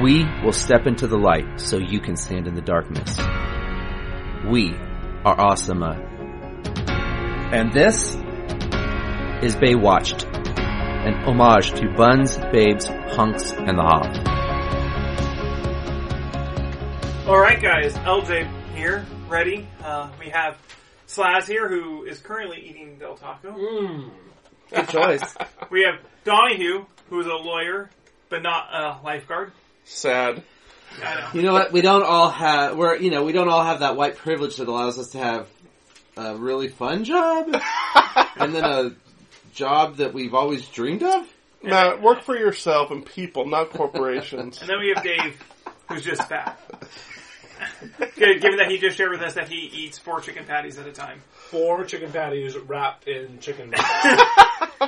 We will step into the light so you can stand in the darkness. We are Asama. And this is Baywatched, an homage to Buns, Babes, Hunks, and the Hop. All right, guys. LJ here, ready. Uh, we have Slaz here, who is currently eating Del Taco. Good choice. We have Donahue, who is a lawyer, but not a lifeguard. Sad. I know. You know what? We don't all have we're you know we don't all have that white privilege that allows us to have a really fun job and then a job that we've always dreamed of. Matt, work for yourself and people, not corporations. And then we have Dave, who's just fat. Okay, Given that he just shared with us that he eats four chicken patties at a time. four chicken patties wrapped in chicken.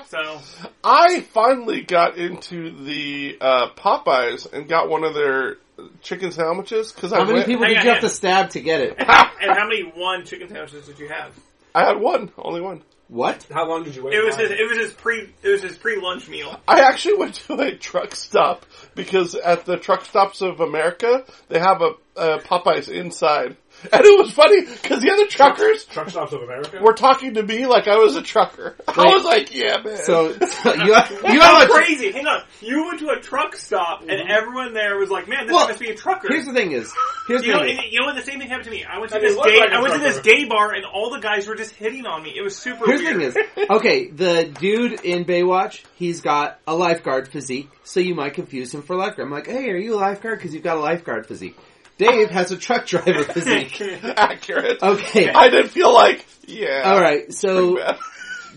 So, I finally got into the uh, Popeyes and got one of their chicken sandwiches because I How many went- people Hang did on, you hang have to stab to get it? and how many one chicken sandwiches did you have? I had one, only one. What? How long did you wait? It was Ryan? his. It was his pre. It was his pre-lunch meal. I actually went to a truck stop because at the truck stops of America they have a, a Popeyes inside, and it was funny because the other truckers truck stops of America. were talking to me like I was a trucker. I Wait. was like, "Yeah, man." So, so you have, you That's have a Mm-hmm. crazy. Hang on. You went to a truck stop, and everyone there was like, "Man, this Well, must be a trucker." here's the thing is here's You the know, thing. and, you know what? The same thing happened to me. I went to I mean, this it looked gay. like a I went to this trucker. gay bar, and all the guys were just hitting on me. It was super. Here's the weird. thing is okay. The dude in Baywatch, he's got a lifeguard physique, so you might confuse him for lifeguard. I'm like, hey, are you a lifeguard? Because you've got a lifeguard physique. Dave has a truck driver physique. accurate. Okay. I didn't feel like, yeah. All right, so and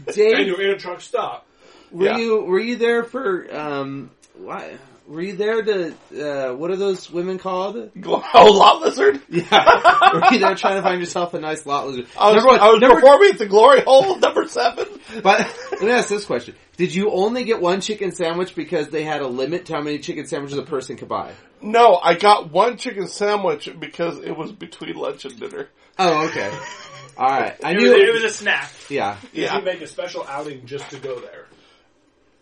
Dave, you're in a truck stop. were Yeah. you were you there for um? Why were you there to? Uh, what are those women called? Oh, lot lizard. Yeah, were you there trying to find yourself a nice lot lizard? I was, number one, I was number, performing at the glory hole, number seven. but let me ask this question: Did you only get one chicken sandwich because they had a limit to how many chicken sandwiches a person could buy? No, I got one chicken sandwich because it was between lunch and dinner. Oh, okay. All right, I It knew. was, it was a snack. yeah, Did Yeah. you make a special outing just to go there?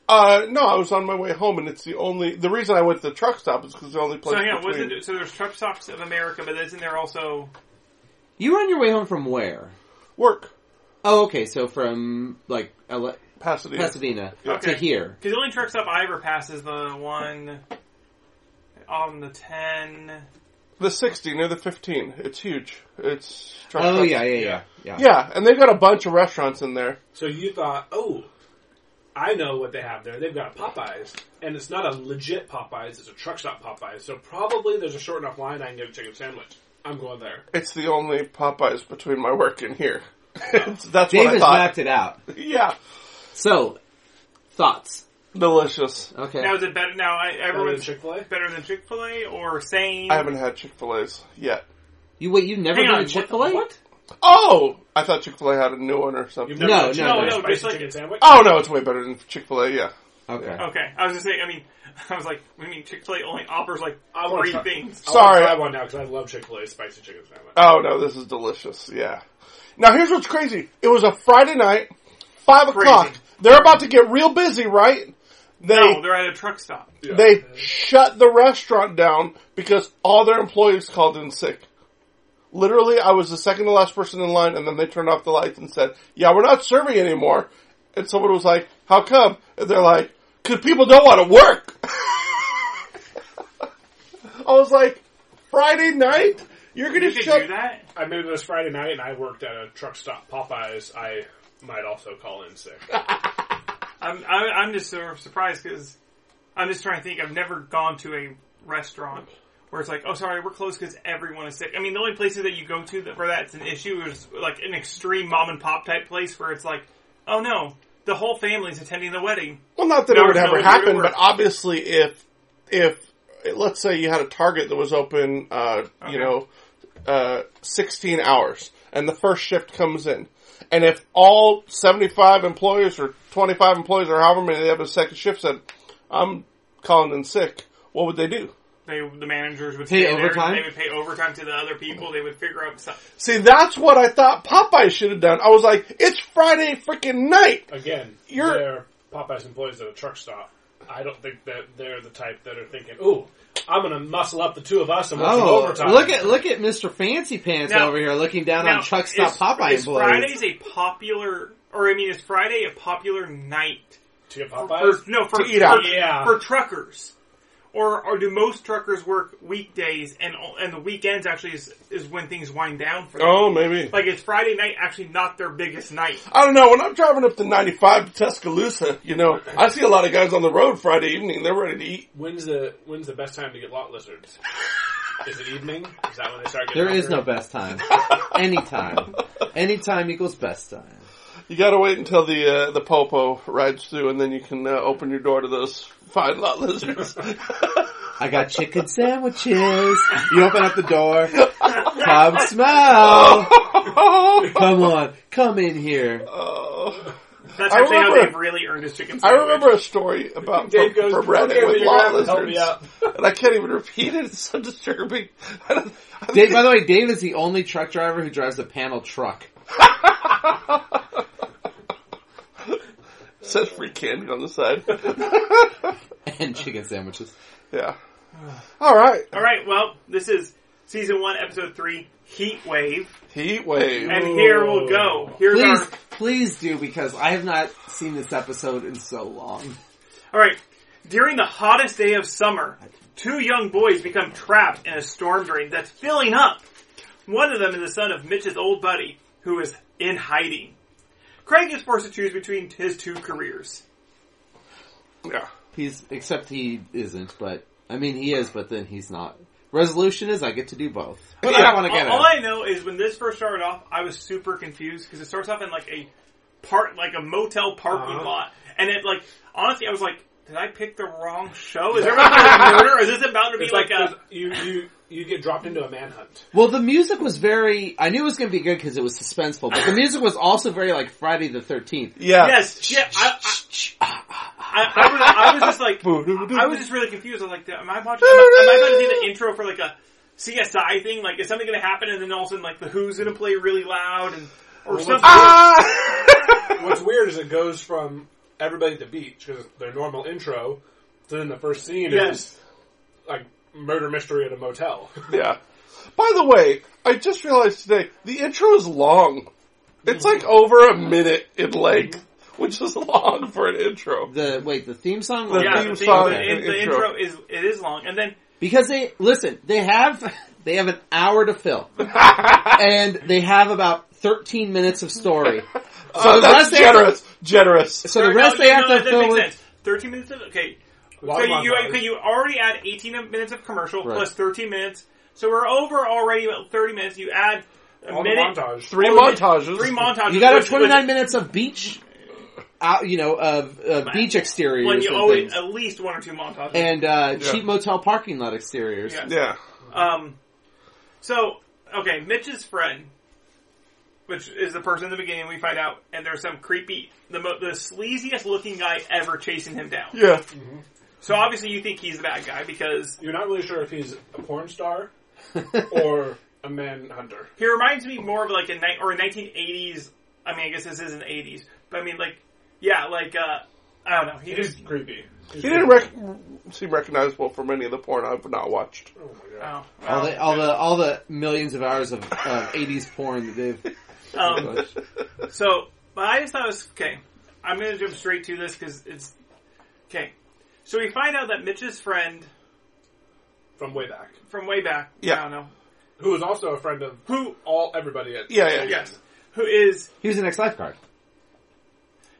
Uh, no, I was on my way home, and it's the only. The reason I went to the truck stop is because the only place. So hang on. What's between- it, so there's truck stops of America, but isn't there also? you were on your way home from where? Work, Oh, okay, so from like Ele- Pasadena. Pasadena Okay. to here. Because the only truck stop I ever pass is the one on the ten. The sixty near the fifteen. It's huge. It's. Truck Oh stops. yeah, yeah, yeah, yeah. Yeah, and they've got a bunch of restaurants in there. So you thought, oh, I know what they have there. They've got Popeyes, and it's not a legit Popeyes. It's a truck stop Popeyes. So probably there's a short enough line I can get a chicken sandwich. I'm going there. It's the only Popeyes between my work and here. That's what Dave I has thought. mapped it out. Yeah, So, thoughts? delicious. Okay. Now is it better? Now I, Better than everyone's Chick Fil A. better than Chick Fil A or sane. I haven't had Chick Fil A's yet. you wait. You never Hang been on, to Chick Fil A? what- Oh, I thought Chick Fil A had a new one or something. No, no, no. no, just like- chicken sandwich. Oh no, it's way better than Chick Fil A. Yeah, Okay. Okay, I was just saying. I mean, I was like, I mean, Chick Fil A only offers like I wanna three try- things. I wanna sorry. try one now because I love Chick Fil A spicy chicken sandwich. Oh no, this is delicious. Yeah. Now here's what's crazy. It was a Friday night, five Crazy. o'clock. They're about to get real busy, right? They Oh, No, they're at a truck stop. Yeah. Uh, they shut the restaurant down because all their employees called in sick. Literally, I was the second to last person in line, and then they turned off the lights and said, "Yeah, we're not serving anymore." And someone was like, "How come?" And they're like, "Cause people don't want to work." I was like, "Friday night, you're gonna You could shut do that. I mean, it was Friday night, and I worked at a truck stop, Popeyes. I might also call in sick. I'm, I, I'm just sort of surprised because I'm just trying to think. I've never gone to a restaurant where it's like, oh, sorry, we're closed because everyone is sick. I mean, the only places that you go to that, where that's an issue is like an extreme mom and pop type place where it's like, oh no, the whole family's attending the wedding. Well, not that No, it would no, ever you're happen, right. but obviously, if if let's say you had a Target that was open, uh, Okay. you know, uh, sixteen hours, and the first shift comes in, and if all seventy five employees or twenty five employees or however many they have a second shift said, "I'm calling in sick," what would they do? They, the managers would Pay stay there, overtime? They would pay overtime to the other people. They would figure out something. See, that's what I thought Popeye should have done. I was like, "It's Friday freaking night." Again, You're- they're Popeyes employees at a truck stop. I don't think that they're the type that are thinking, "Ooh, I'm going to muscle up the two of us and work some Oh, overtime." look at look at Mr. Fancy Pants Now- over here looking down Now, on truck stop is- Popeye is employees. Friday's a popular, or I mean, is Friday a popular night to get for, Popeyes. no, for, To eat for, out. Yeah. for truckers. Or, or do most truckers work weekdays and and the weekends actually is, is when things wind down for them? Oh, maybe. Like is Friday night actually not their biggest night? I don't know. When I'm driving up to 95 to Tuscaloosa, you know, I see a lot of guys on the road Friday evening. They're ready to eat. When's the when's the best time to get lot lizards? Is it evening? Is that when they start getting? There is no hungry? best time. Anytime. Anytime equals best time. You got to wait until the uh, the popo rides through, and then you can uh, open your door to those fine lot lizards. I got chicken sandwiches. You open up the door. Come smell. Come on. Come in here. Oh. That's I actually how remember- they've really earned his chicken I sandwich. remember a story about Dave from, goes, from Reddit "Okay, with you're gonna lot have to help me lizards, out. and I can't even repeat it. It's so disturbing. I don't, I Dave, by think- the way, Dave is the only truck driver who drives a panel truck. It says free candy on the side. And chicken sandwiches. yeah. All right. All right, well, this is season one, episode three, Heat Wave, Heat wave. and here we'll go. Here's Please, our please do because I have not seen this episode in so long. All right. During the hottest day of summer, two young boys become trapped in a storm drain that's filling up. One of them is the son of Mitch's old buddy, who is in hiding. Craig is forced to choose between his two careers. Yeah. He's except he isn't, but I mean he is, but then he's not. Resolution is I get to do both. But I Yeah. don't want to get all, all it. I know is when this first started off, I was super confused because it starts off in like a part, like a motel parking Uh-huh. lot, and it like honestly, I was like, did I pick the wrong show? Is there about to be a murder? Is this about to be It's like, like, uh, a? you you you get dropped into a manhunt. Well, the music was very. I knew it was going to be good because it was suspenseful, but the music was also very like Friday the Thirteenth. Yeah. Yes, yeah. I, I, I, I, was, I was just like, I was just really confused. I was like, am I watching? Am I, am I about to see the intro for like a CSI thing? Like, is something going to happen? And then all of a sudden, like the Who's going to play really loud and or something? Ah! What's weird is it goes from everybody at the beach because their normal intro to then the first scene Yes. is like murder mystery at a motel. yeah. By the way, I just realized today the intro is long. It's like over a minute in length, which is long for an intro. The wait, the theme song. The was- yeah, theme the, theme- song the, and the intro. intro is it is long, and then because they listen. They have they have an hour to fill, and they have about thirteen minutes of story. So Oh, the that's rest they have to, generous. Generous. so the No, rest no, they no, have no, to that fill makes with sense. Thirteen minutes. Of, okay, Lot so of you, you montage. okay, you already add eighteen minutes of commercial Right. plus thirteen minutes, so we're over already about thirty minutes. You add a All the minute, montage. Three all the- montages. three montages. You got which- have which- 29 minutes of beach, out, you know, of, of beach exteriors When and, you always things. at least one or two montages. and uh, Yeah. cheap motel parking lot exteriors. Yeah. Yeah. Um, so okay, Mitch's friend, which is the person in the beginning we find out, and there's some creepy, the mo- the sleaziest looking guy ever chasing him down. Yeah. So obviously you think he's the bad guy because You're not really sure if he's a porn star or a manhunter. he reminds me more of like a night or a 1980s. I mean, I guess this is in the 80s, but I mean like yeah, like uh, I don't know. He He's just creepy. He's He didn't creepy. rec- seem recognizable from any of the porn I've not watched. Oh my god. oh, All, well, the, all the all the millions of hours of, of 80s porn that they've um, So, but I just thought it was okay. I'm going to jump straight to this because it's okay. So we find out that Mitch's friend From way back. from way back, Yeah. I don't know Who was also a friend of who, all everybody at Yeah, yeah. yes, who is He was an ex-lifeguard.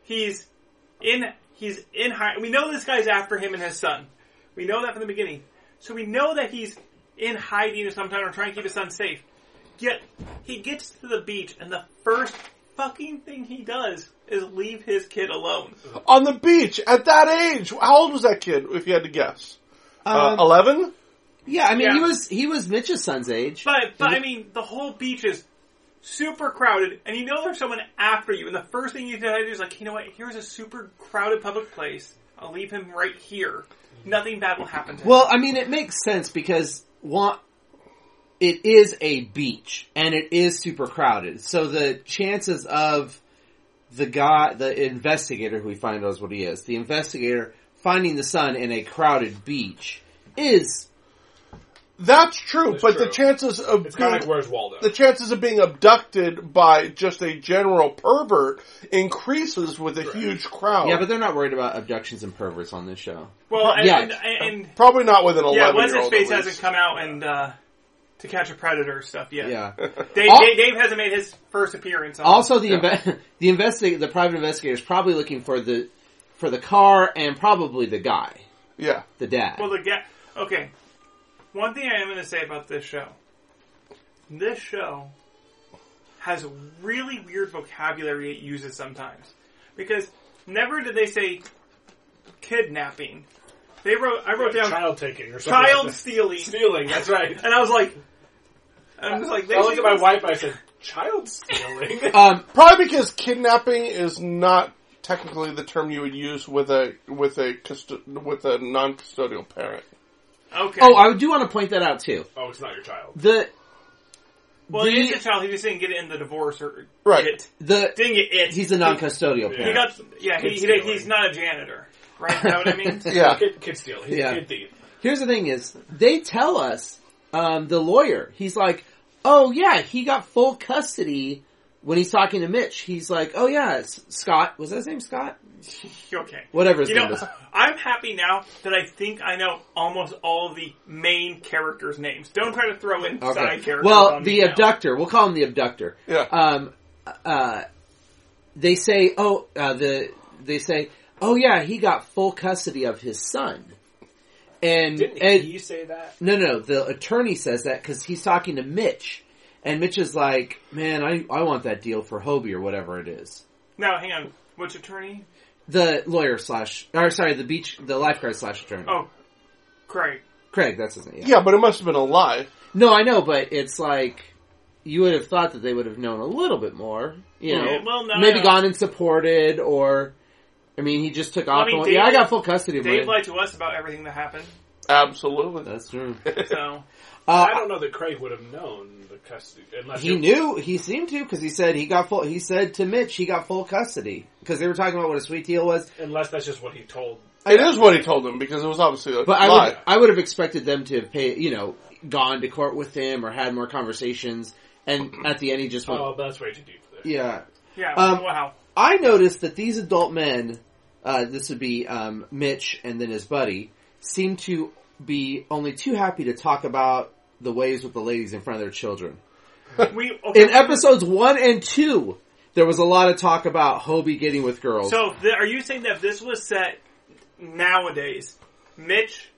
he's in he's in hiding. We know this guy's after him and his son. We know that from the beginning. So we know that he's in hiding or sometime or trying to keep his son safe. Yet he gets to the beach and the first fucking thing he does is leave his kid alone. On the beach at that age. How old was that kid? If you had to guess, Uh, Um, eleven. yeah, I mean, he yeah. was he was Mitch's son's age. But but I mean, the whole beach is super crowded, and you know there's someone after you. And the first thing you decide to do is like, you know what? Here's a super crowded public place. I'll leave him right here. Nothing bad will happen to him. Well, I mean, it makes sense because one, it is a beach and it is super crowded. So the chances of the guy, the investigator who we find out is what he is, the investigator finding the sun in a crowded beach is That's true, That's but the true. chances of It's kind being, of like Where's Waldo? the chances of being abducted by just a general pervert increases with a huge crowd. Oh. yeah, but they're not worried about abductions and perverts on this show. Well, and, Yeah. and, and, and Probably not with an yeah, eleven What's year His old. Face hasn't come out and uh, to catch a predator stuff yet. Yeah. Dave, Al- Dave, Dave hasn't made his first appearance. On Also, the inve- the investig- the private investigator is probably looking for the for the car and probably the guy, yeah, the dad. Well, the ga- okay. One thing I am going to say about this show. This show has really weird vocabulary it uses sometimes. Because never did they say kidnapping. They wrote, I wrote down child, child taking or something. like that. stealing. stealing. That's right. And I was like, I'm just like, they I looked at my should- wife. I said, "Child stealing." um, probably because kidnapping is not technically the term you would use with a with a custo- with a non custodial parent. Okay. oh, I do want to point that out too. oh, it's not your child. The well, it the- is a child. He just didn't get it in the divorce or Right. It. the Didn't get it. he's a non-custodial He parent. he got yeah. He, he, he's not a janitor, right? Is that what I mean? Yeah, Kid, kid stealing. He's Yeah. a kid thief. Here's the thing: is they tell us um, the lawyer. He's like, "Oh yeah, he got full custody." When he's talking to Mitch, he's like, "Oh yeah, it's Scott was that his name? Scott? Okay. Whatever his You name know, is." I'm happy now that I think I know almost all the main characters' names. Don't try to throw in side characters. Well, on the me now. abductor. We'll call him the abductor. Yeah. Um. Uh. They say, oh, uh, the they say, oh yeah, he got full custody of his son, and Didn't and he say that? no, no, the attorney says that because he's talking to Mitch, and Mitch is like, man, I I want that deal for Hobie or whatever it is. Now, hang on. Which attorney? The lawyer slash, or sorry, the beach, the lifeguard slash attorney. Oh, Craig. Craig, that's his name. yeah. yeah, but it must have been a lie. No, I know, but it's like you would have thought that they would have known a little bit more. You know, Yeah, well, no, maybe no. gone and supported, or I mean, he just took off. mean, and went, Dave- yeah, I got full custody of Dave mine. lied to us about everything that happened. Absolutely. That's true. So, I Uh, don't know that Craig would have known the custody unless he it- knew. He seemed to because he said he got full. He said to Mitch, he got full custody because they were talking about what a sweet deal was. Unless that's just what he told. It is what he told him because it was obviously a But I lie. would, I would have expected them to have paid, you know, gone to court with him or had more conversations. And at the end, he just went, Oh, that's way too deep. For this. yeah, yeah. Um, wow. I noticed that these adult men, uh, this would be um, Mitch and then his buddy, seem to be only too happy to talk about the ways with the ladies in front of their children. We okay. In episodes one and two, there was a lot of talk about Hobie getting with girls. so, th- are you saying that if this was set nowadays, Mitch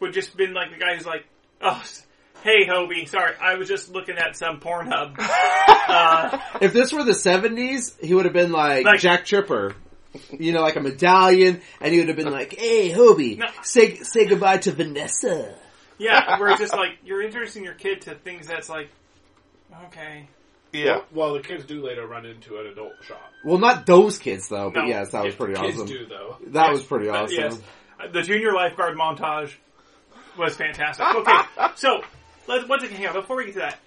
would just been like the guy who's like, oh. s- Hey Hobie, sorry, I was just looking at some Pornhub. Uh, if this were the seventies, he would have been like, Like- Jack Tripper. You know, like a medallion, and he would have been like, "Hey, Hobie, No. say say goodbye to Vanessa." Yeah, where it's just like you're introducing your kid to things that's like, okay, yeah, Well, the kids do later run into an adult shop. Well, not those kids though, but No. yes, that was Yes, pretty the kids awesome. do though. That was pretty Uh, awesome. yes, Uh, the junior lifeguard montage was fantastic. Okay, so let's once again, hang on, before we get to that,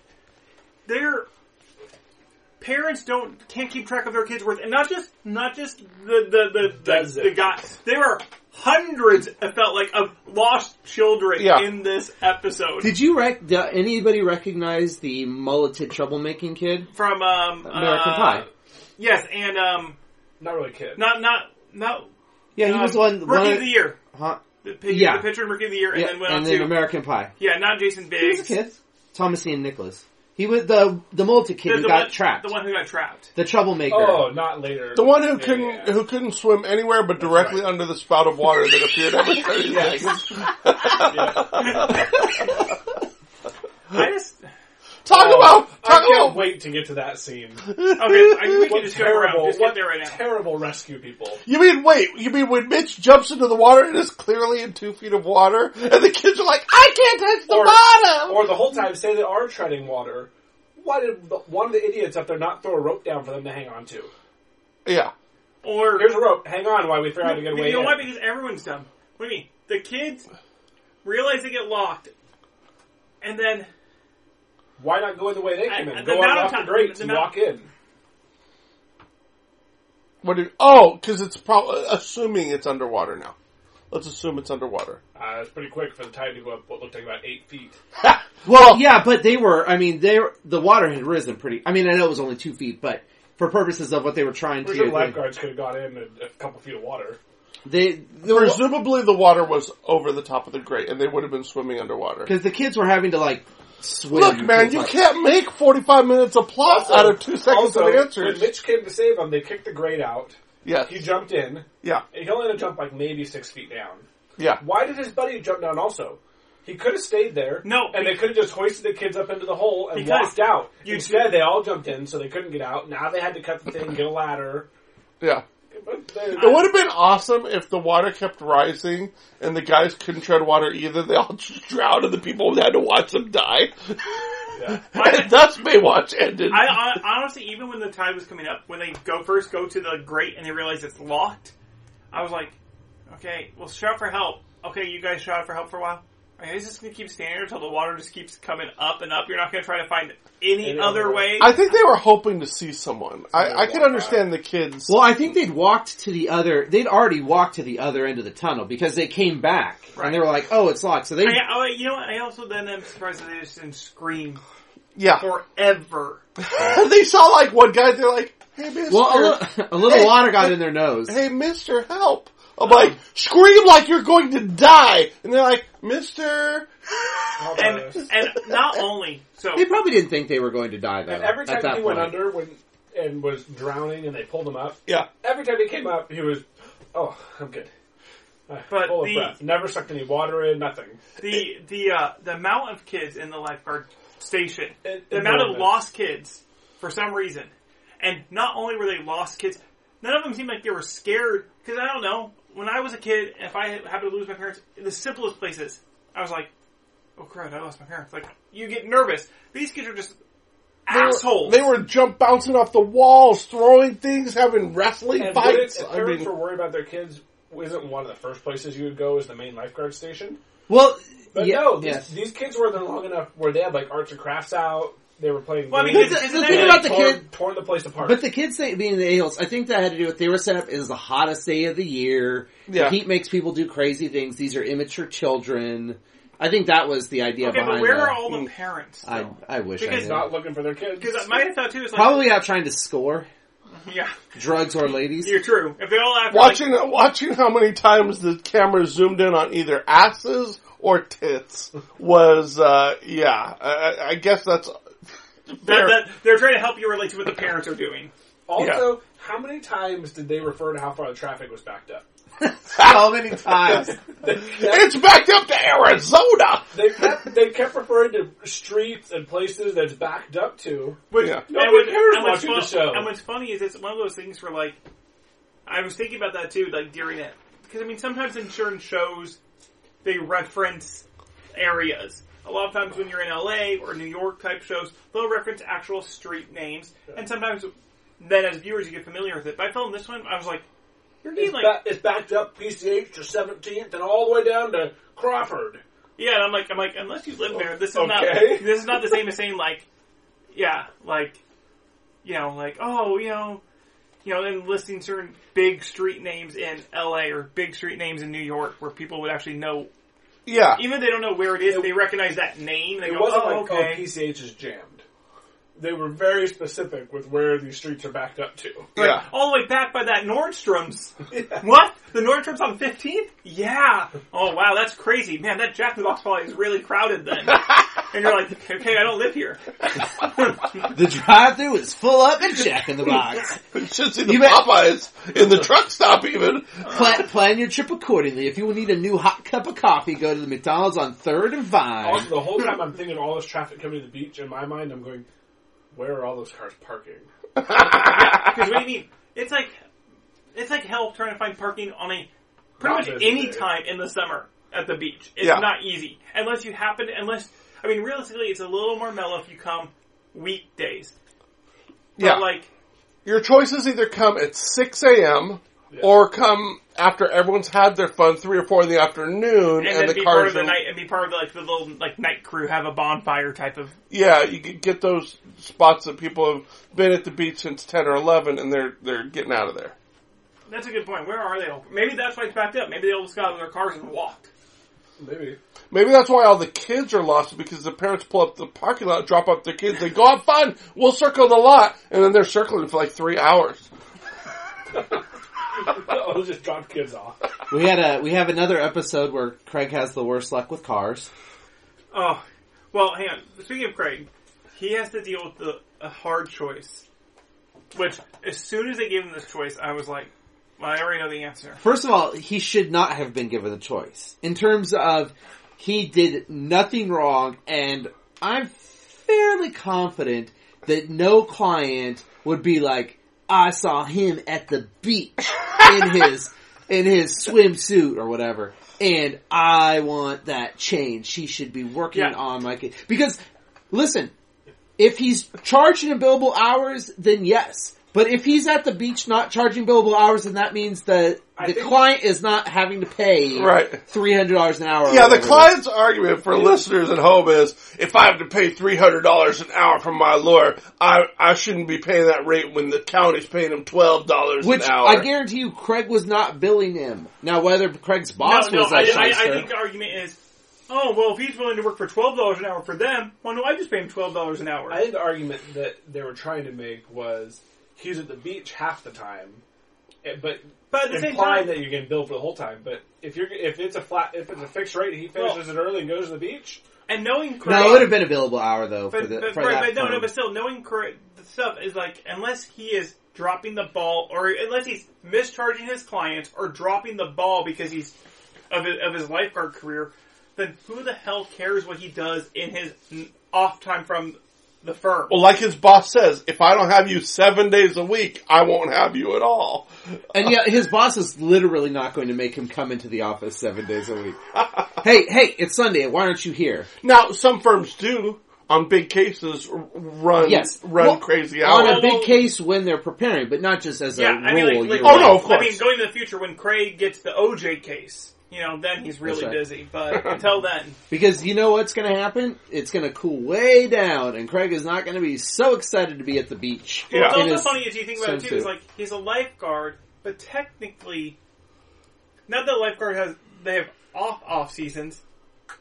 their parents don't can't keep track of their kids' worth, and not just not just the the the, the, the Dozens. guy. There are hundreds. It felt like of lost children Yeah. in this episode Did you rec- did anybody recognize the mulleted troublemaking kid? from um, American uh, Pie. Yes, and um, Not really kids. not not not. Yeah, he um, was one. rookie one of the year. Huh? The, pig, Yeah. the pitcher in Rookie of the Year, and Yeah, then went on to American Pie. yeah, not Jason He was Biggs. a kid. Thomasine Nicholas. He was the the mulleted kid The, who the got one, trapped. The one who got trapped. The troublemaker. oh, not later. the one who Yeah, couldn't yeah. who couldn't swim anywhere but directly right. under the spout of water that appeared every thirty seconds. I just Talk about Oh, I talk can't about wait to get to that scene. okay. I, we can What just go around. terrible, Just what get there right now. terrible rescue people. You mean wait? You mean when Mitch jumps into the water and is clearly in two feet of water, and the kids are like, "I can't touch the Or- bottom." Or the whole time say they are treading water. Why did the- one of the idiots up there not throw a rope down for them to hang on to? yeah, or Here's a rope. Hang on while we figure out how to get you away. know in. why? Because everyone's dumb. What do you mean? The kids realize they get locked, and then Why not go in the way they came I- the in? Go on amount of off the time- grates the and amount- walk in. what? Do you, oh, because it's probably assuming it's underwater now. Let's assume it's underwater. Uh, it's pretty quick for the tide to go up what looked like about eight feet. Well, yeah, but they were. I mean, they were- the water had risen pretty. I mean, I know it was only two feet, but for purposes of what they were trying Pretty to, sure do, lifeguards could have got in a, a couple feet of water. they the wa- Presumably, the water was over the top of the grate, and they would have been swimming underwater. Because the kids were having to like swim. Look, man, to, you like- can't make 45 minutes of plot out of two seconds also, of When answers. Mitch came to save him, they kicked the grate out. Yes. He jumped in. Yeah. He only had to jump like maybe six feet down. Yeah. Why did his buddy jump down also? He could have stayed there. No, And they could have just hoisted the kids up into the hole and Because walked out. you- Instead, they all jumped in, so they couldn't get out. Now they had to cut the thing, get a ladder. Yeah. But they- It would have been awesome if the water kept rising and the guys couldn't tread water either. They all just drowned and the people had to watch them die. Yeah. and thus Baywatch ended. I, I honestly, even when the tide was coming up, when they go first go to the grate and they realize it's locked, I was like, okay, well, shout for help. Okay, you guys shout for help for a while. Are you guys just gonna keep standing there until the water just keeps coming up and up? You're not gonna try to find any, Any other other way. way. I think they were hoping to see someone. I, I can understand the kids. well, I think they'd walked to the other. They'd already walked to the other end of the tunnel because they came back and they were like, "Oh, it's locked." So they. I, I, you know what? I also then am surprised that they just didn't scream Yeah. forever. they saw like one guy, they're like, hey mister, well, a little, a little Hey, water got hey, in their nose. hey mister, help. I'm like, scream like you're going to die. And they're like, mister. How about And us? and not only so They probably didn't think they were going to die though. And every time at he that went point. under when and was drowning and they pulled him up, Yeah. every time he came up, he was, oh, I'm good. Uh, But full of the- breath. Never sucked any water in, nothing. the the uh, the amount of kids in the lifeguard station, It- the it amount of really is. lost kids for some reason, and not only were they lost kids, none of them seemed like they were scared. Because I don't know, when I was a kid, if I had- happened to lose my parents, in the simplest places, I was like, "Oh crud, I lost my parents!" Like you get nervous. These kids are just assholes. They were jump bouncing off the walls, throwing things, having wrestling And fights. If I parents mean, were worried about their kids, isn't one of the first places you would go is the main lifeguard station? Well, But yeah, no, these, yes. these kids were there long enough where they had like arts and crafts out. They were playing. Well, I mean, games, it's- the, the Isn't thing that- about and the torn, kids, torn the place apart. but the kids say, being the a-holes, I think that had to do with they were set up as the hottest day of the year. Yeah. The heat makes people do crazy things. These are immature children. I think that was the idea okay, behind but where that. are all the parents? I, I wish I Because knew. not looking for their kids. Because my thought too is like, Probably out trying to score yeah, drugs or ladies. you're true. If they all after watching watching how many times the camera zoomed in on either asses or tits was, uh, yeah. I, I- I guess that's that, that, they're trying to help you relate to what the parents are doing. also, how many times did they refer to how far the traffic was backed up? How many times? It's backed up to Arizona. They kept they kept referring to streets and places that's backed up to. Which, Yeah. No and, one what- cares and what's watching the fun- show. and what's funny is it's one of those things where, like, I was thinking about that too, like during it, because I mean, sometimes in certain shows they reference areas. A lot of times when you're in LA or New York type shows, they'll reference actual street names, and sometimes then as viewers you get familiar with it. But I felt in this one, I was like, you're It's, getting like, ba- it's backed up PCH to 17th and all the way down to Crawford. yeah, and I'm like, I'm like, unless you live there, this is not, Okay. this is not the same as saying like, yeah, like, you know, like, oh, you know, you know, and listing certain big street names in L.A. or big street names in New York where people would actually know, Yeah, even if they don't know where it is, they recognize that name. They It go, wasn't oh, like oh okay. PCH is jammed. They were very specific with where these streets are backed up to. Like, yeah. all the way back by that Nordstrom's. What? The Nordstrom's on 15th? Yeah. Oh, wow, that's crazy. Man, that Jack in the Box probably is really crowded then. and you're like, okay, I don't live here. The drive-through is full up and Jack in the Box. You should see the You bet. Popeyes in the truck stop. Even Plan, plan your trip accordingly. If you need a new hot cup of coffee, go to the McDonald's on Third and Oh. Also, Vine. the whole time I'm thinking all this traffic coming to the beach. In my mind, I'm going, where are all those cars parking? Because what do you mean? It's like it's like hell trying to find parking on a pretty Not much busy any day. time in the summer at the beach. It's Yeah. not easy unless you happen. Unless I mean, realistically, it's a little more mellow if you come weekdays. But yeah, like your choices either come at six a.m. or come after everyone's had their fun, three or four in the afternoon, and, and, then the be part cars of the are night and be part of the, like the little like night crew have a bonfire type of. Yeah, you could get those spots that people have been at the beach since ten or eleven, and they're they're getting out of there. That's a good point. Where are they all? Maybe that's why it's backed up. Maybe they all just got out of their cars and walked. Maybe. Maybe that's why all the kids are lost because the parents pull up the parking lot, drop off their kids, they go have fun, we'll circle the lot, and then they're circling for like three hours. I'll just drop kids off. We had a we have another episode where Craig has the worst luck with cars. Oh, well, hang on. Speaking of Craig, he has to deal with the a hard choice. Which, as soon as they gave him this choice, I was like, well, I already know the answer. First of all, he should not have been given the choice in terms of he did nothing wrong, and I'm fairly confident that no client would be like, "I saw him at the beach in his in his swimsuit or whatever." And I want that change. She should be working Yeah. on my ca-" because listen, if he's charging him billable hours, then yes. But if he's at the beach not charging billable hours, then that means that I the think- client is not having to pay Right. three hundred dollars an hour. or Yeah, the whatever. client's argument for listeners at home is if I have to pay three hundred dollars an hour from my lawyer, I I shouldn't be paying that rate when the county's paying him twelve dollars an Which hour. I guarantee you, Craig was not billing him. Now, whether Craig's boss no, was no, I, that I, I shyster- think the argument is, oh, well, if he's willing to work for $12 an hour for them, why don't I just pay him $12 an hour? I think the argument that they were trying to make was he's at the beach half the time, eh, but but at the same implying time, that you're getting billed for the whole time. But if you're if it's a flat if it's a fixed rate, he finishes it early and goes to the beach. and knowing Craig... no, it would have been a billable hour though for But, the but, for right, that but no, no, firm. but still, knowing correct the stuff is like, unless he is dropping the ball, or unless he's mischarging his clients, or dropping the ball because he's of his, of his lifeguard career, then who the hell cares what he does in his n- off time from the firm? well, like his boss says, if I don't have you seven days a week, I won't have you at all. And yet, his boss is literally not going to make him come into the office seven days a week. hey, hey, it's Sunday. Why aren't you here? Now, some firms do on big cases r- run Yes. run Well, crazy On hours. a big well- case when they're preparing, but not just as yeah, a I rule. mean, like, like year Oh, no, round. of course. I mean, going to the future when Craig gets the OJ case, you know, then he's really right. busy. But until then, Because you know what's going to happen? It's going to cool way down, and Craig is not going to be so excited to be at the beach. Well, Yeah. it's in also his funny as you think about it too. swimsuit. Is like he's a lifeguard, but technically, not that lifeguard has they have off off seasons,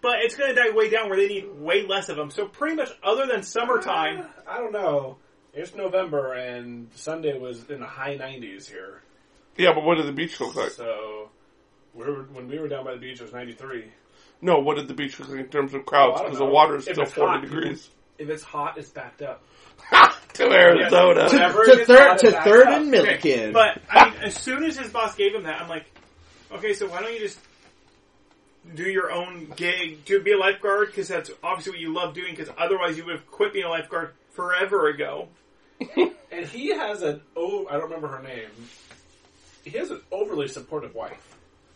but it's going to die way down where they need way less of them. So pretty much, other than summertime, I don't know. It's November and Sunday was in the high 90s here, yeah, but what did the beach look like? so we were, when we were down by the beach, it was 93. No, what did the beach look like in terms of crowds? Oh, I don't Because the know. water is If still it's forty hot. degrees. If it's hot, it's backed up. Ha! To Arizona. Yeah. Whenever it to gets third hot, to it backs third up. and Milliken. but I mean, as soon as his boss gave him that, I'm like, okay, so why don't you just do your own gig to be a lifeguard because that's obviously what you love doing. Because otherwise, you would have quit being a lifeguard forever ago. And he has an oh, I don't remember her name. He has an overly supportive wife.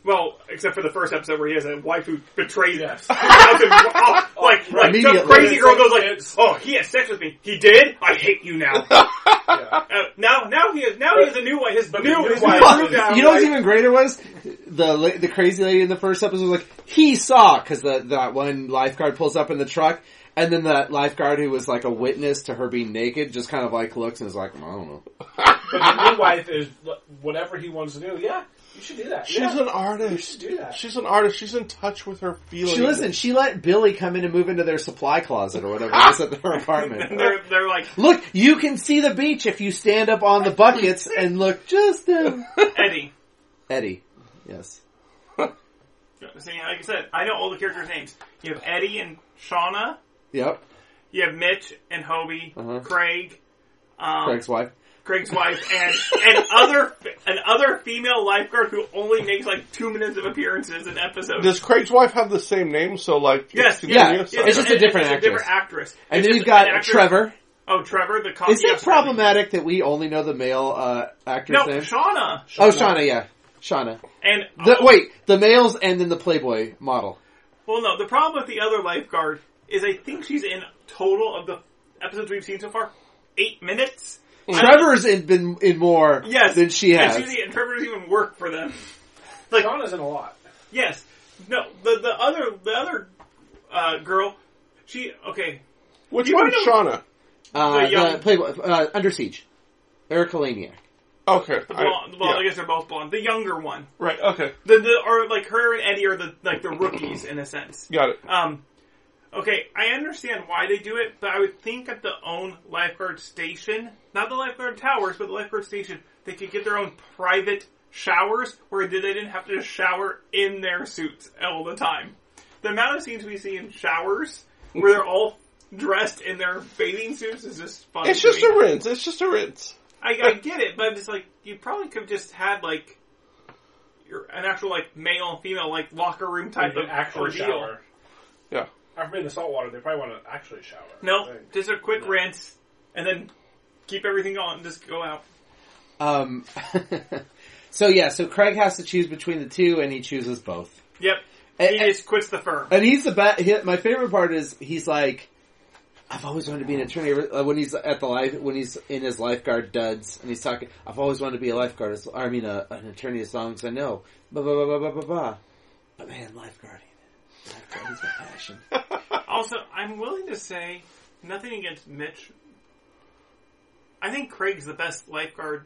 Well, except for the first episode where he has a wife who betrays him. Oh, Yes. like, like Immediately. some crazy girl goes like, It's- "Oh, he had sex with me. He did. I hate you now." uh, Yeah. now, now he has, now he has a new wife. His new, new his wife new is- now, you know what's right? even greater was the la- the crazy lady in the first episode was like he saw because that one lifeguard pulls up in the truck and then that lifeguard who was like a witness to her being naked just kind of like looks and is like I don't know But the new wife is whatever he wants to do. Yeah, you should do that. She's yeah, an you artist. should do that. She's an artist. She's in touch with her feelings. she listen she let Billy come in and move into their supply closet or whatever it is at their apartment. They're, they're like Look, you can see the beach if you stand up on the buckets and look just uh, Eddie. Eddie. Yes. See, like I said, I know all the characters' names. You have Eddie and Shauna. Yep. You have Mitch and Hobie, Uh-huh. Craig, um, Craig's wife. Craig's wife, and and other an other female lifeguard who only makes like two minutes of appearances in episodes. Does Craig's wife have the same name? So like, Yes, it's yeah, continuous? yeah, It's just a different it's different actress. And It's then just you've got an actress- Trevor. Oh, Trevor, the cop. Is yeah, it Trevor. problematic that we only know the male uh, actor's No, name? Shauna. oh, Shauna, yeah, Shauna. And The, oh, Wait, the males and then the Playboy model. Well, no. The problem with the other lifeguard is I think she's in total of the episodes we've seen so far eight minutes. Trevor's in, been in more Yes, Hmm. than she has. And, Susie and Trevor doesn't even work for them. Like John isn't a lot. Yes. No. The the other the other uh, girl. She okay. Which You one's might Shauna? uh, the young- the Playboy uh, Under Siege, Erica Laniak. Okay. The I- blonde, well, I yeah. guess they're both blonde. The younger one, Right. Okay. the, the or like her and Eddie are the like the rookies in a sense. Got it. Um, okay, I understand why they do it, but I would think at the own lifeguard station, not the lifeguard towers, but the lifeguard station, they could get their own private showers where they didn't have to shower in their suits all the time. The amount of scenes we see in showers where they're all dressed in their bathing suits is just funny. It's just to me. a rinse. It's just a rinse. I, I get it, but I'm just like, you probably could have just had like your, an actual like male and female like locker room type of Like an actual ordeal. shower. Yeah. I've been in the salt water. They probably want to actually shower. No, Dang. just a quick rinse and then keep everything on and just go out. Um, so yeah, so Craig has to choose between the two, and he chooses both. Yep. He And, just quits the firm. and he's the best. He, my favorite part is he's like, I've always wanted to be an attorney. Uh, When he's at the life, when he's in his lifeguard duds, and he's talking, I've always wanted to be a lifeguard. As, I mean, a, an attorney as long as I know. Blah blah blah blah blah blah. blah. But man, lifeguarding, lifeguarding's my passion. Also, I'm willing to say nothing against Mitch. I think Craig's the best lifeguard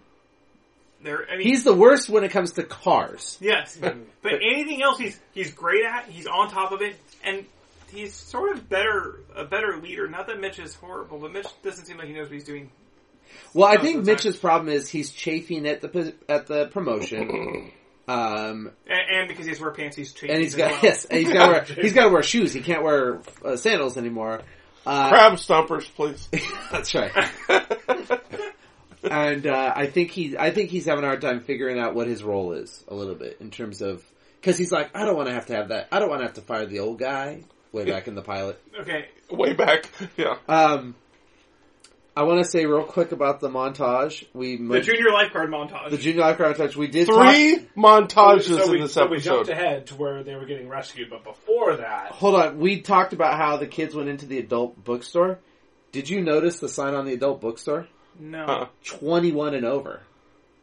there. I mean, He's the worst when it comes to cars. Yes, but, but anything else he's he's great at. He's on top of it, and he's sort of better a better leader. Not that Mitch is horrible, but Mitch doesn't seem like he knows what he's doing. Well, I Oh, think that's Mitch's problem is he's chafing at the pos- at the promotion, um, And, and because he has to wear pants, he's changing. and he's as got well. yes, and he's got to wear he's got to wear shoes. He can't wear uh, sandals anymore. Uh, Crab stompers, please. that's right. and uh, I think he I think he's having a hard time figuring out what his role is a little bit in terms of because he's like I don't want to have to have that. I don't want to have to fire the old guy way back in the pilot. Okay, Way back. Yeah. Um, I want to say real quick about the montage. We the junior lifeguard montage. the junior lifeguard montage. We did talk- Three montages So we, in this so we episode. jumped ahead to where they were getting rescued, but before Oh, that, Hold on. We talked about how the kids went into the adult bookstore. Did you notice the sign on the adult bookstore? no, Huh. 21 and over.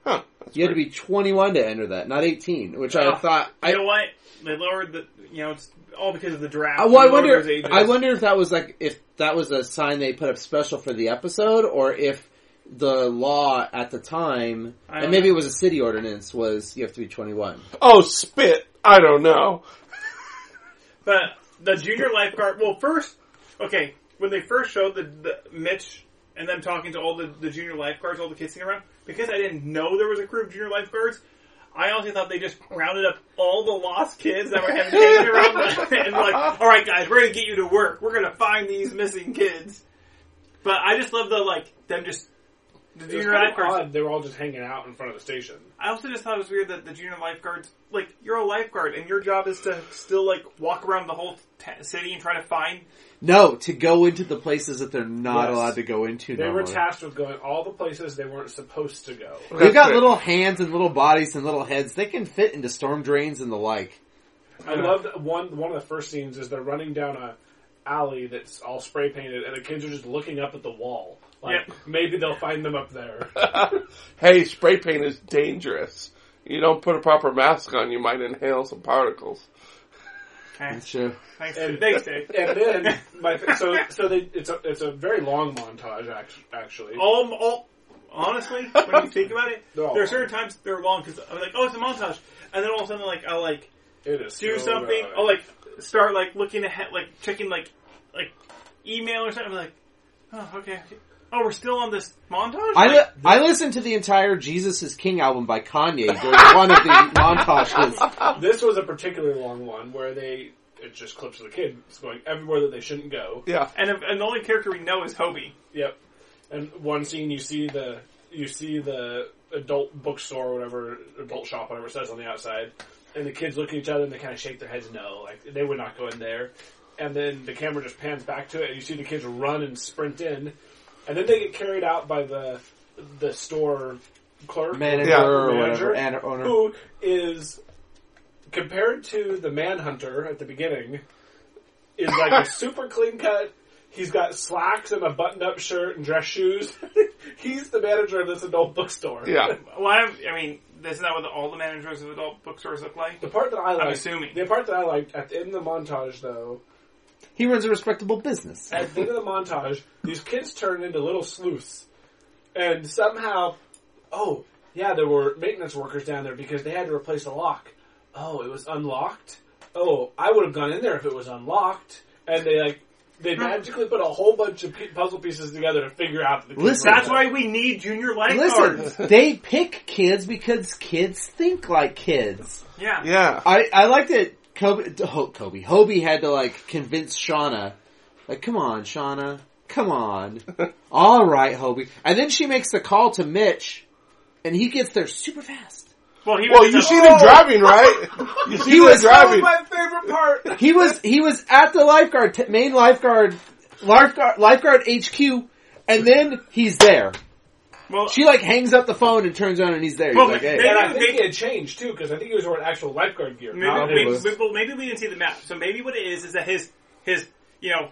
Huh. You had to be 21 to enter that, not 18, which I Ah, thought. you I, know what? They lowered the. You know, it's all because of the draft. I, Uh, well, I They lowered his wonder. ages. I wonder if that was like if that was a sign they put up special for the episode, or if the law at the time, I and don't maybe know. it was a city ordinance, was you have to be 21. Oh, spit. I don't know. But the junior lifeguard. Well, first, okay, when they first showed the, the Mitch and them talking to all the, the junior lifeguards, all the kids sitting around, because I didn't know there was a crew of junior lifeguards. I honestly thought they just rounded up all the lost kids that were having hanging around the, and like, all right, guys, we're gonna get you to work. We're gonna find these missing kids. But I just love the like them just the it was junior kind of lifeguards odd. They were all just hanging out in front of the station. I also just thought it was weird that the junior lifeguards, like, you're a lifeguard and your job is to still, like, walk around the whole t- city and try to find. No, to go into the places that they're not Yes. allowed to go into. They were normally. tasked with going all the places they weren't supposed to go. They've got That's it. little hands and little bodies and little heads. They can fit into storm drains and the like. I love that one. One of the first scenes is they're running down a alley that's all spray painted, and the kids are just looking up at the wall. Like Yeah. maybe they'll find them up there. hey, spray paint is dangerous. You don't put a proper mask on, you might inhale some particles. Okay, Sure. thanks, And- thanks, Dave. and then my so so they it's a it's a very long montage act- actually. All, all, honestly, when you think about it, They're all there are certain times they're long because I'm like, oh, it's a montage. And then all of a sudden, like, I'll, like, It is do so something. long. I'll, like, start, like, looking ahead, like, checking, like, like, email or something. I'm like, oh, okay. okay. Oh, we're still on this montage? I, li- Like, I listened to the entire Jesus is King album by Kanye during one of the montages. This was a particularly long one where they it just clips of the kids going everywhere that they shouldn't go. Yeah. and, and the only character we know is Hobie. Yep. And one scene you see the you see the adult bookstore or whatever adult shop whatever it says on the outside, and the kids look at each other and they kind of shake their heads no, like they would not go in there. And then the camera just pans back to it, and you see the kids run and sprint in, and then they get carried out by the the store clerk Manager Yeah. or Manager? whatever. And owner. who is compared to the manhunter at the beginning is like a super clean cut he's got slacks and a button up shirt and dress shoes he's the manager of this adult bookstore Yeah. Well, I, I mean, isn't that what all the managers of adult bookstores look like? the part that i like assuming. the part that i liked at the end of the montage though He runs a respectable business. at the end of the montage, these kids turn into little sleuths, and somehow, oh, yeah, there were maintenance workers down there because they had to replace a lock. Oh, it was unlocked. Oh, I would have gone in there if it was unlocked. And they like they magically put a whole bunch of pi- puzzle pieces together to figure out that the kid Listen, was That's why we need junior lifeguards. Listen, they pick kids because kids think like kids. Yeah. Yeah. I, I like that Kobe, Ho- Kobe, Hobie had to like convince Shauna, like, come on, Shauna, come on. All right, Hobie. And then she makes the call to Mitch, and he gets there super fast. Well, he Well, was you just- see them driving, right? You see He them was- driving. my favorite part. He was, he was at the lifeguard, t- main lifeguard, lifeguard, lifeguard HQ, and then he's there. Well, She like hangs up the phone and turns around and he's there. He's Well, like, they- hey. And I think it had changed too because I think he was wearing actual lifeguard gear. Maybe, Not- Probably maybe, was. maybe- well, maybe we didn't see the map. So maybe what it is is that his his you know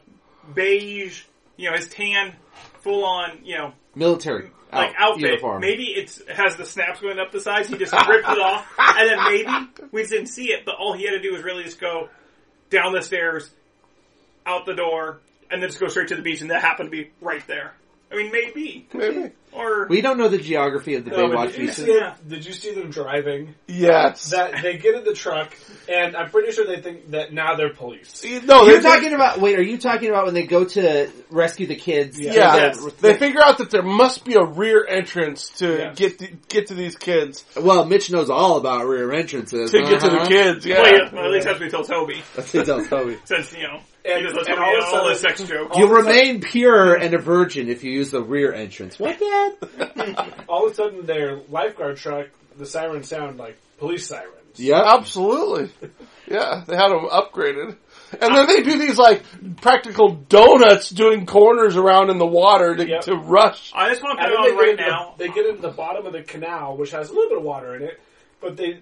beige you know his tan full on you know military like out- outfit. Maybe it's it has the snaps going up the sides. He just ripped it off, and then maybe we didn't see it. But all he had to do was really just go down the stairs, out the door, and then just go straight to the beach. And that happened to be right there. I mean, maybe Maybe. or We don't know the geography of the No, but Baywatch did you beaches. see them, did you see them driving? Yes. That they get in the truck, and I'm pretty sure they think that now they're police. no, You're they- talking about wait? Are you talking about when they go to rescue the kids? Yeah. Yeah, Yes. they figure out that there must be a rear entrance to Yes. get the, get to these kids Uh-huh. Well, Mitch knows all about rear entrances. Uh-huh. to get to the kids. Yeah, Well, yeah, well, at least that's what we told Toby, kids. since you know And- he doesn't and tell all me of a all the sudden- sex jokes. You'll remain pure and a virgin if you use the rear entrance. What? All of a sudden, their lifeguard truck, the sirens sound like police sirens. Yep. absolutely. Yeah, they had them upgraded, and then they do these like practical donuts doing corners around in the water to, Yep. to rush. I just want to And put it then on they get right into the- now. they get into the bottom of the canal, which has a little bit of water in it, but they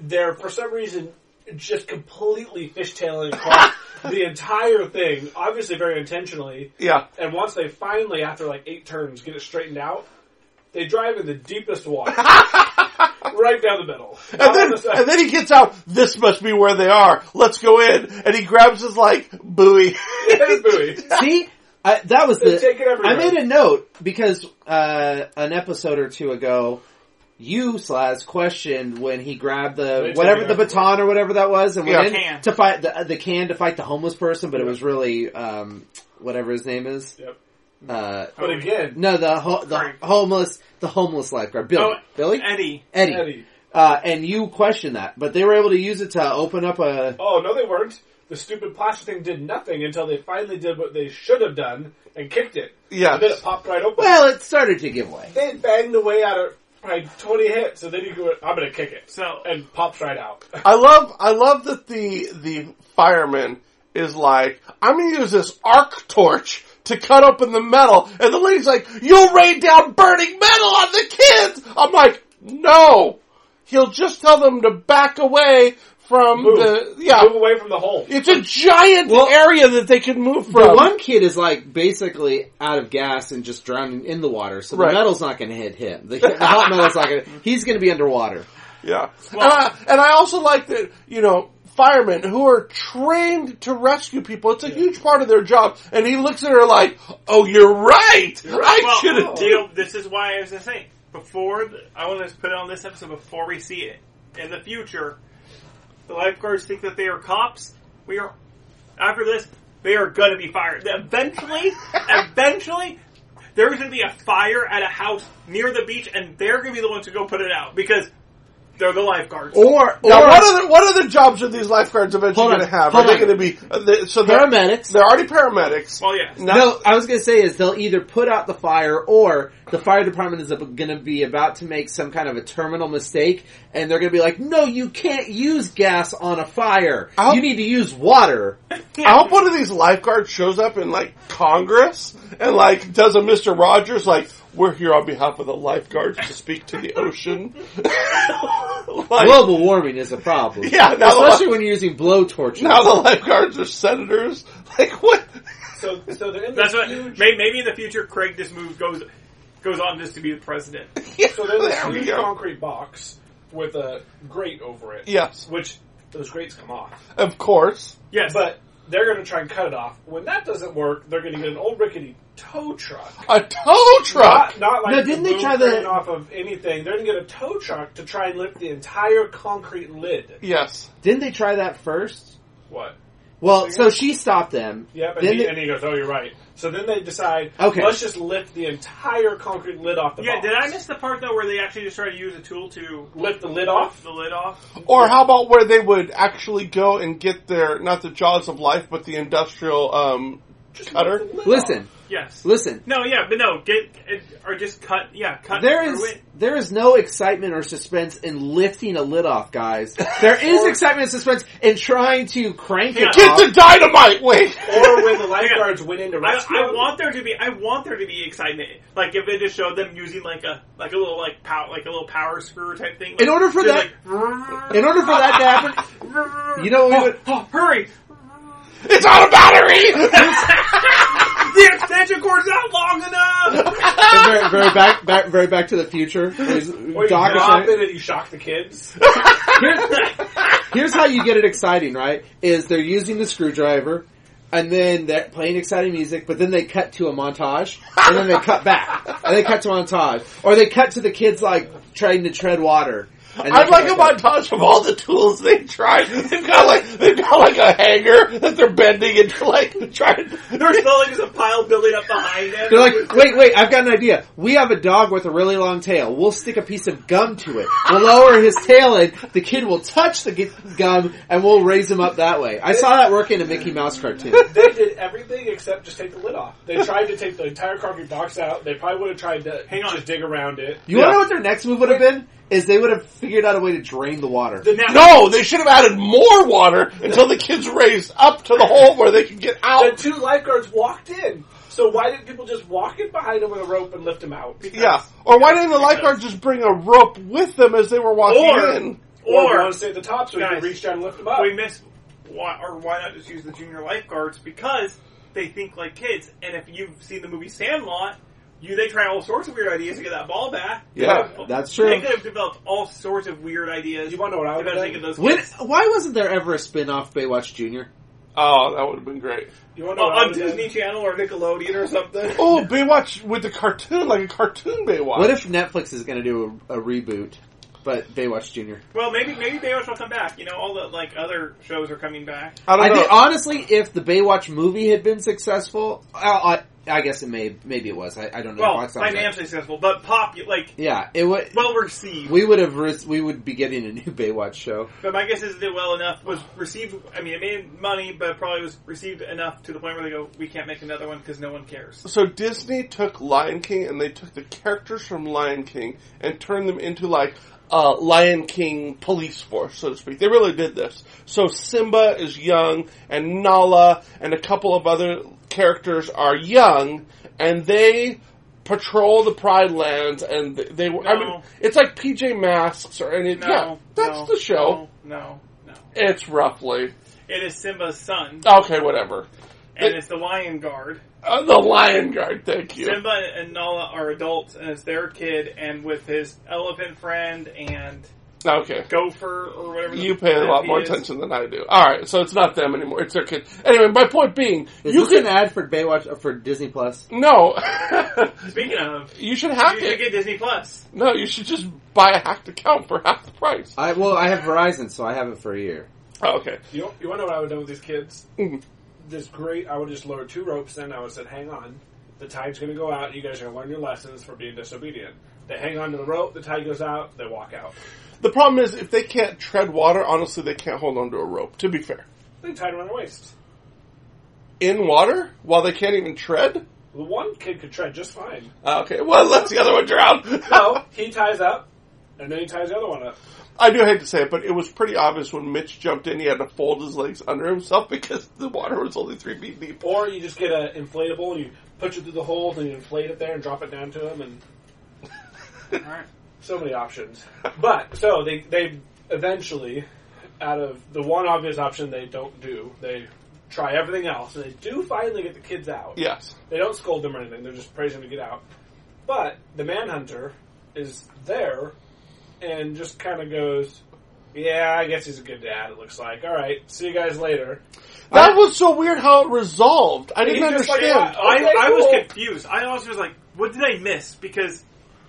they're for some reason just completely fishtailing across the entire thing, obviously very intentionally. Yeah, And once they finally, after like eight turns, get it straightened out, they drive in the deepest water, right down the middle. and then and then he gets out. This must be where they are. Let's go in. And he grabs his like buoy. buoy. See, I, that was They the. take it everywhere. I made a note because uh, an episode or two ago, you Slaz questioned when he grabbed the They whatever take the it baton or whatever that was and went Yeah. in Can. to fight the the can to fight the homeless person, but it was really um, whatever his name is. Yep. Uh, But again, no, the ho- the Frank. homeless the homeless lifeguard Billy Oh, Billy Eddie. Eddie. Eddie. Uh, and you questioned that, but they were able to use it to open up a Oh no, they weren't. The stupid plastic thing did nothing until they finally did what they should have done and kicked it. Yes. And then it popped right open. well. It started to give way. they banged away at it by twenty hits, and then you go, "I'm gonna kick it," So and pops right out. I love I love that the the fireman is like, I'm gonna use this arc torch to cut open the metal and the lady's like, You'll rain down burning metal on the kids I'm like, No. He'll just tell them to back away from Move. the yeah. Move away from the hole. It's a giant area that they can move The from. one kid is like basically out of gas and just drowning in the water, so the Right. metal's not going to hit him. The, the hot metal's not going to. He's going to be underwater. Yeah. and, I, and I also like that, you know, firemen who are trained to rescue people, it's a huge part of their job. And he looks at her like, oh, you're right. I well, should oh, have you know, this is why I was gonna say before the, I want to put it on this episode before we see it in the future. The lifeguards think that they are cops. We are after this. They are gonna be fired. Eventually, eventually, there's gonna be a fire at a house near the beach, and they're gonna be the ones to go put it out because they're the lifeguards. Or, or Now, what are the what are the jobs are these lifeguards eventually Hold on, going to have? Are hold they on. going to be uh, they, so they're paramedics. They're already paramedics. well, yeah. Now- no, I was going to say is they'll either put out the fire or the fire department is going to be about to make some kind of a terminal mistake, and they're going to be like, "No, you can't use gas on a fire. I'll- you need to use water." I hope one of these lifeguards shows up in like Congress and like does a Mister Rogers like we're here on behalf of the lifeguards to speak to the ocean. like, Global warming is a problem. Yeah, now the- especially when you're using blowtorches. now the lifeguards are senators. Like what? So, so they're in this That's what. huge. Maybe, maybe in the future, Craig just moves goes goes on just to be the president. So they're in this There we huge go. concrete box with a grate over it. Yes, Which those grates come off, of course. Yes, but They're going to try and cut it off. When that doesn't work, they're going to get an old rickety tow truck. A tow truck. Not, not like No, didn't the they boom try the- coming off of anything. They're going to get a tow truck to try and lift the entire concrete lid. Yes. Didn't they try that first? What? Well, so she stopped them. Yep, and Then he, they- and he goes, "Oh, you're right." So then they decide, Okay. let's just lift the entire concrete lid off the Yeah, box. did I miss the part though where they actually just try to use a tool to lift the lid off off? the lid off? Oh. Or how about where they would actually go and get their not the jaws of life, but the industrial um, Just Cutter? lift the lid listen, off. Yes. listen. No, yeah, but no, get it, or just cut. Yeah, cut. There through is it. there is no excitement or suspense in lifting a lid off, guys. There is excitement and suspense in trying to crank it. Yeah. get the dynamite. Wait, Or when the lifeguards went in to I, rescue I him. want there to be I want there to be excitement. Like if they just showed them using like a like a little like pow like a little power screw type thing. Like, In order for just that- like, In order for that to happen, you know what we would. Oh, hurry! it's on a battery. The extension cord's not long enough. Very, very back, back, very back to the future. There's Or you Doc is drop like- it and you shock the kids. Here's how you get it exciting, right? Is they're using the screwdriver, and then they're playing exciting music, but then they cut to a montage, and then they cut back, and they cut to a montage, or they cut to the kids like trying to tread water. And I'd like a about montage of all the tools they tried. They've got like they've got like a hanger that they're bending and like trying. There's still like just a pile building up behind them. They're like, wait, wait, I've got an idea. We have a dog with a really long tail. We'll stick a piece of gum to it. We'll lower his tail in. The kid will touch the g- gum and we'll raise him up that way. I saw that work in a Mickey Mouse cartoon. They did everything except just take the lid off. They tried to take the entire concrete box out. They probably would have tried to Hang on. just dig around it. You wanna know what their next move would have been? Is they would have figured out a way to drain the water. The na- No, they should have added more water until the kids raised up to the hole where they could get The out. two lifeguards walked in. So why didn't people just walk in behind him with a rope and lift him out? Yeah. Or why didn't the lifeguard just bring a rope with them as they were walking Or- in? Or, Or want to stay at the top so you Guys. can reach down and lift him up. we miss why or why not just use the junior lifeguards because they think like kids. And if you've seen the movie Sandlot, you they try all sorts of weird ideas to get that ball back. Yeah. That's They true. could have developed all sorts of weird ideas. You want to know what I would about have thinking done? those When, kids. why wasn't there ever a spin-off Baywatch Junior? Oh, that would have been great. You want to Oh, know what I on would have done? Disney Channel or Nickelodeon or something. Oh, Baywatch with the cartoon, like a cartoon Baywatch. What if Netflix is gonna do a, a reboot, but Baywatch Junior? Well, maybe maybe Baywatch will come back. You know, all the like other shows are coming back. I don't I know. think honestly, if the Baywatch movie had been successful, I, I, I guess it may, maybe it was. I, I don't know. Well, Box office. financially successful, but pop like yeah, it would. well received. We would have. Ris- we would be getting a new Baywatch show. But my guess is it did well enough. Was received. I mean, it made money, but probably was received enough to the point where they go, "We can't make another one because no one cares." so Disney took Lion King and they took the characters from Lion King and turned them into like uh, Lion King police force, so to speak. They really did this. So Simba is young and Nala and a couple of other characters are young and they patrol the Pride Lands and they, they were, I No. mean, it's like PJ Masks or any, No, yeah, that's no, the show. No, no, no. It's roughly. It is Simba's son, Okay, whatever. and it's the Lion Guard. Uh, the Lion Guard, thank you. Simba and Nala are adults, and it's their kid, and with his elephant friend and Okay. gopher or whatever. the You pay a lot he more is. attention than I do. Alright, so it's not them anymore, it's their kids. Anyway, my point being, Is you this an can, ad for Baywatch uh, for Disney Plus? no, Speaking of, you should hack you should it. get Disney Plus. No, you should just buy a hacked account for half the price. I well, I have Verizon, so I have it for a year. Oh, okay. You, you want to know what I would have done with these kids? Mm. This great, I would have just lowered two ropes in. I would have said, hang on. The tide's going to go out. You guys are going to learn your lessons for being disobedient. They hang on to the rope. The tide goes out. They walk out. The problem is, if they can't tread water, honestly, they can't hold onto a rope, to be fair. They tied around their waist. In water? While they can't even tread? The one kid could tread just fine. Uh, Okay, well, it lets the other one drown. No, he ties up, and then he ties the other one up. I do hate to say it, but it was pretty obvious when Mitch jumped in, he had to fold his legs under himself because the water was only three feet deep. Or you just get an inflatable and you push it through the hole and you inflate it there and drop it down to him and All right. so many options. But so they they eventually, out of the one obvious option they don't do, they try everything else, and they do finally get the kids out. Yes. They don't scold them or anything; they're just praising them to get out. But the manhunter is there, and just kind of goes, Yeah, I guess he's a good dad. It looks like. All right, see you guys later. That was so weird how it resolved. I didn't He's just like, understand. "Yeah, okay, I, I was cool." confused. I also was like, what did I miss? Because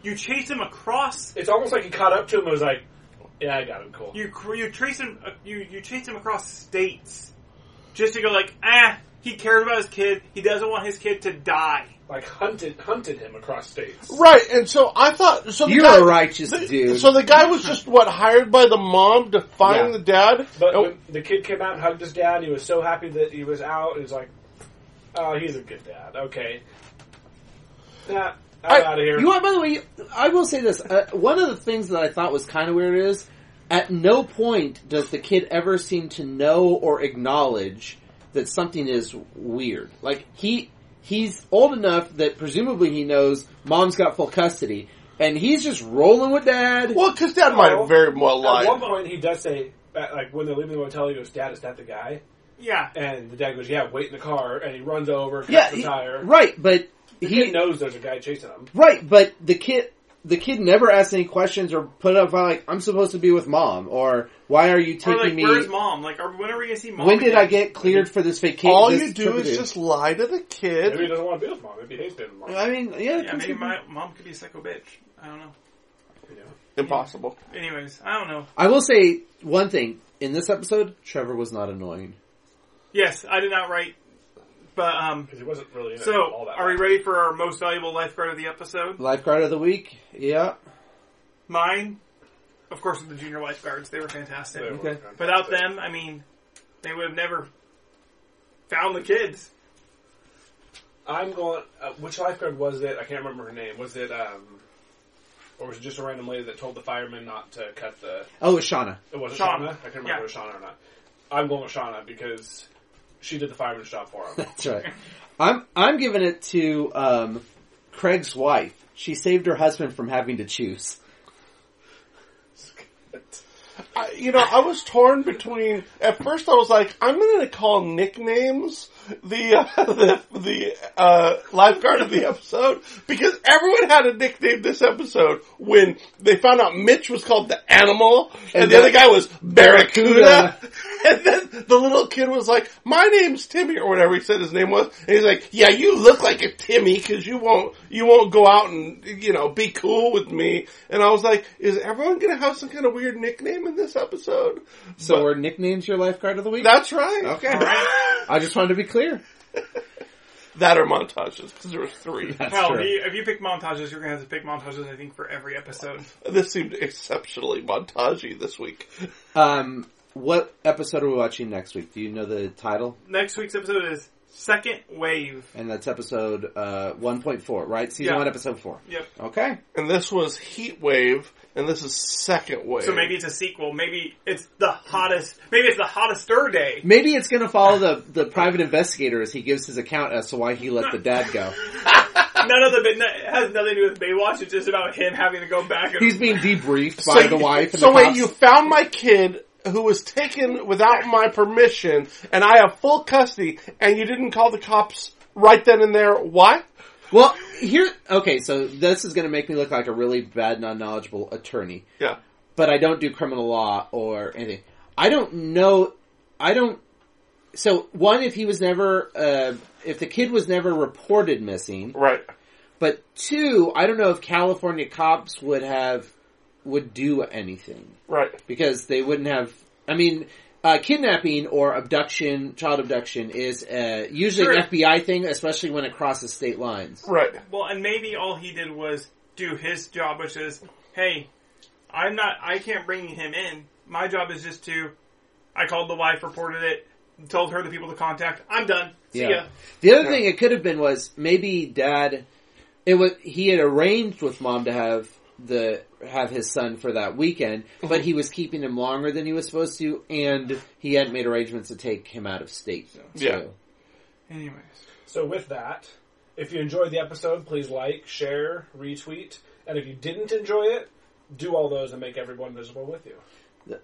you chase him across, It's almost like he caught up to him and was like, "Yeah, I got him. Cool." you cr- you trace him, uh, you you chase him across states just to go like, ah, he cared about his kid. He doesn't want his kid to die. Like hunted hunted him across states. Right, and so I thought so. The You're guy, a righteous the- dude. So the guy was just what hired by the mom to find Yeah. the dad. But Oh, when the kid came out and hugged his dad. He was so happy that he was out. He was like, "Oh, he's a good dad. Okay, nah, I'm I- out of here." You know what, by the way, you- I will say this. Uh, one of the things that I thought was kind of weird is, at no point does the kid ever seem to know or acknowledge that something is weird. Like, he, he's old enough that presumably he knows mom's got full custody, and he's just rolling with dad. well, because dad might have very well At lied. one point, he does say, that, like, when they're leaving the motel, he goes, Dad, is that the guy? Yeah, And the dad goes, Yeah, wait in the car. And he runs over, cuts yeah, the he- tire. right, but He, he, knows there's a guy chasing him. right, but the kid, the kid never asks any questions or put up like, I'm supposed to be with mom, or why are you or taking like, me? where's mom? Like, are, when are we gonna see mom? When did again? I get cleared for this vacation? All this you trip do to is just lie to the Maybe he kid. doesn't want to be with mom. Maybe he hates being with mom. I mean, yeah, Yeah, maybe my mom could be a psycho bitch. I don't know. you know? Impossible. Anyways, I don't know. I will say one thing in this episode. Trevor was not annoying. Yes, I did not write, but um. 'Cause he wasn't really in it So, all that are we long. ready for our most valuable lifeguard of the episode? Lifeguard of the week. Yeah. Mine, of course, were the junior lifeguards. They were fantastic. They were Okay. fantastic. Without them, I mean, they would have never found the kids. I'm going. Uh, which lifeguard was it? I can't remember her name. Was it, um, or was it just a random lady that told the fireman not to cut the. Oh, it was Shauna. It was Shauna. Shauna. I can't remember Yeah. if it was Shauna or not. I'm going with Shauna because she did the fireman's job for him. That's right. I'm I'm giving it to um, Craig's wife. She saved her husband from having to choose. I, you know, I was torn between. At first, I was like, I'm going to call nicknames the uh, the, the uh, lifeguard of the episode because everyone had a nickname this episode. When they found out Mitch was called the Animal, And and, the the- other guy was Barracuda, Barracuda. and then the little kid was like, "My name's Timmy," or whatever he said his name was, and he's like, "Yeah, you look like a Timmy because you won't you won't go out and you know be cool with me." And I was like, "Is everyone gonna have some kind of weird nickname in this episode?" So, were nicknames your lifeguard of the week? That's right. Okay. All right. I just wanted to be clear. that or montages because there was three. That's Hell, true. if you, if you pick montages, you're gonna have to pick montages. I think for every episode. this seemed exceptionally montagey this week. Um, what episode are we watching next week? Do you know the title? Next week's episode is second wave. And that's episode uh, 1.4, right? Season Yeah. 1, episode 4. Yep. Okay. And this was heat wave, and this is second wave. So maybe it's a sequel. Maybe it's the hottest. Maybe it's the hottest day. Maybe it's going to follow the, the private investigator as he gives his account as to why he let the dad go. None of the it has nothing to do with Baywatch. It's just about him having to go back. And, He's being debriefed by the you- wife. And so the wait, cops. you found my kid who was taken without my permission, and I have full custody, and you didn't call the cops right then and there. Why? Well, here. Okay, so this is going to make me look like a really bad, non-knowledgeable attorney. Yeah. But I don't do criminal law or anything. I don't know. I don't. So one, if he was never, uh, if the kid was never reported missing, Right. but two, I don't know if California cops would have would do anything. Right. because they wouldn't have. I mean, uh, kidnapping or abduction, child abduction, is uh, usually Sure. an FBI thing, especially when it crosses state lines. Right. well, and maybe all he did was do his job, which is, hey, I'm not. I can't bring him in. My job is just to. I called the wife, reported it, told her the people to contact. I'm done. See ya. The other thing it could have been was maybe dad. It was he had arranged with mom to have the have his son for that weekend, but he was keeping him longer than he was supposed to, and he hadn't made arrangements to take him out of state. So. Yeah. Anyways, So with that, if you enjoyed the episode, please like, share, retweet, and if you didn't enjoy it, do all those and make everyone miserable with you.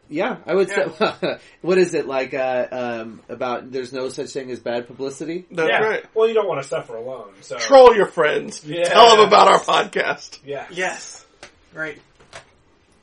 Yeah, I would say. what is it like uh, um, about? There's no such thing as bad publicity. That's Yeah. right. Well, you don't want to suffer alone. So Troll your friends. Yeah. Tell them about our podcast. Yeah. yes, right.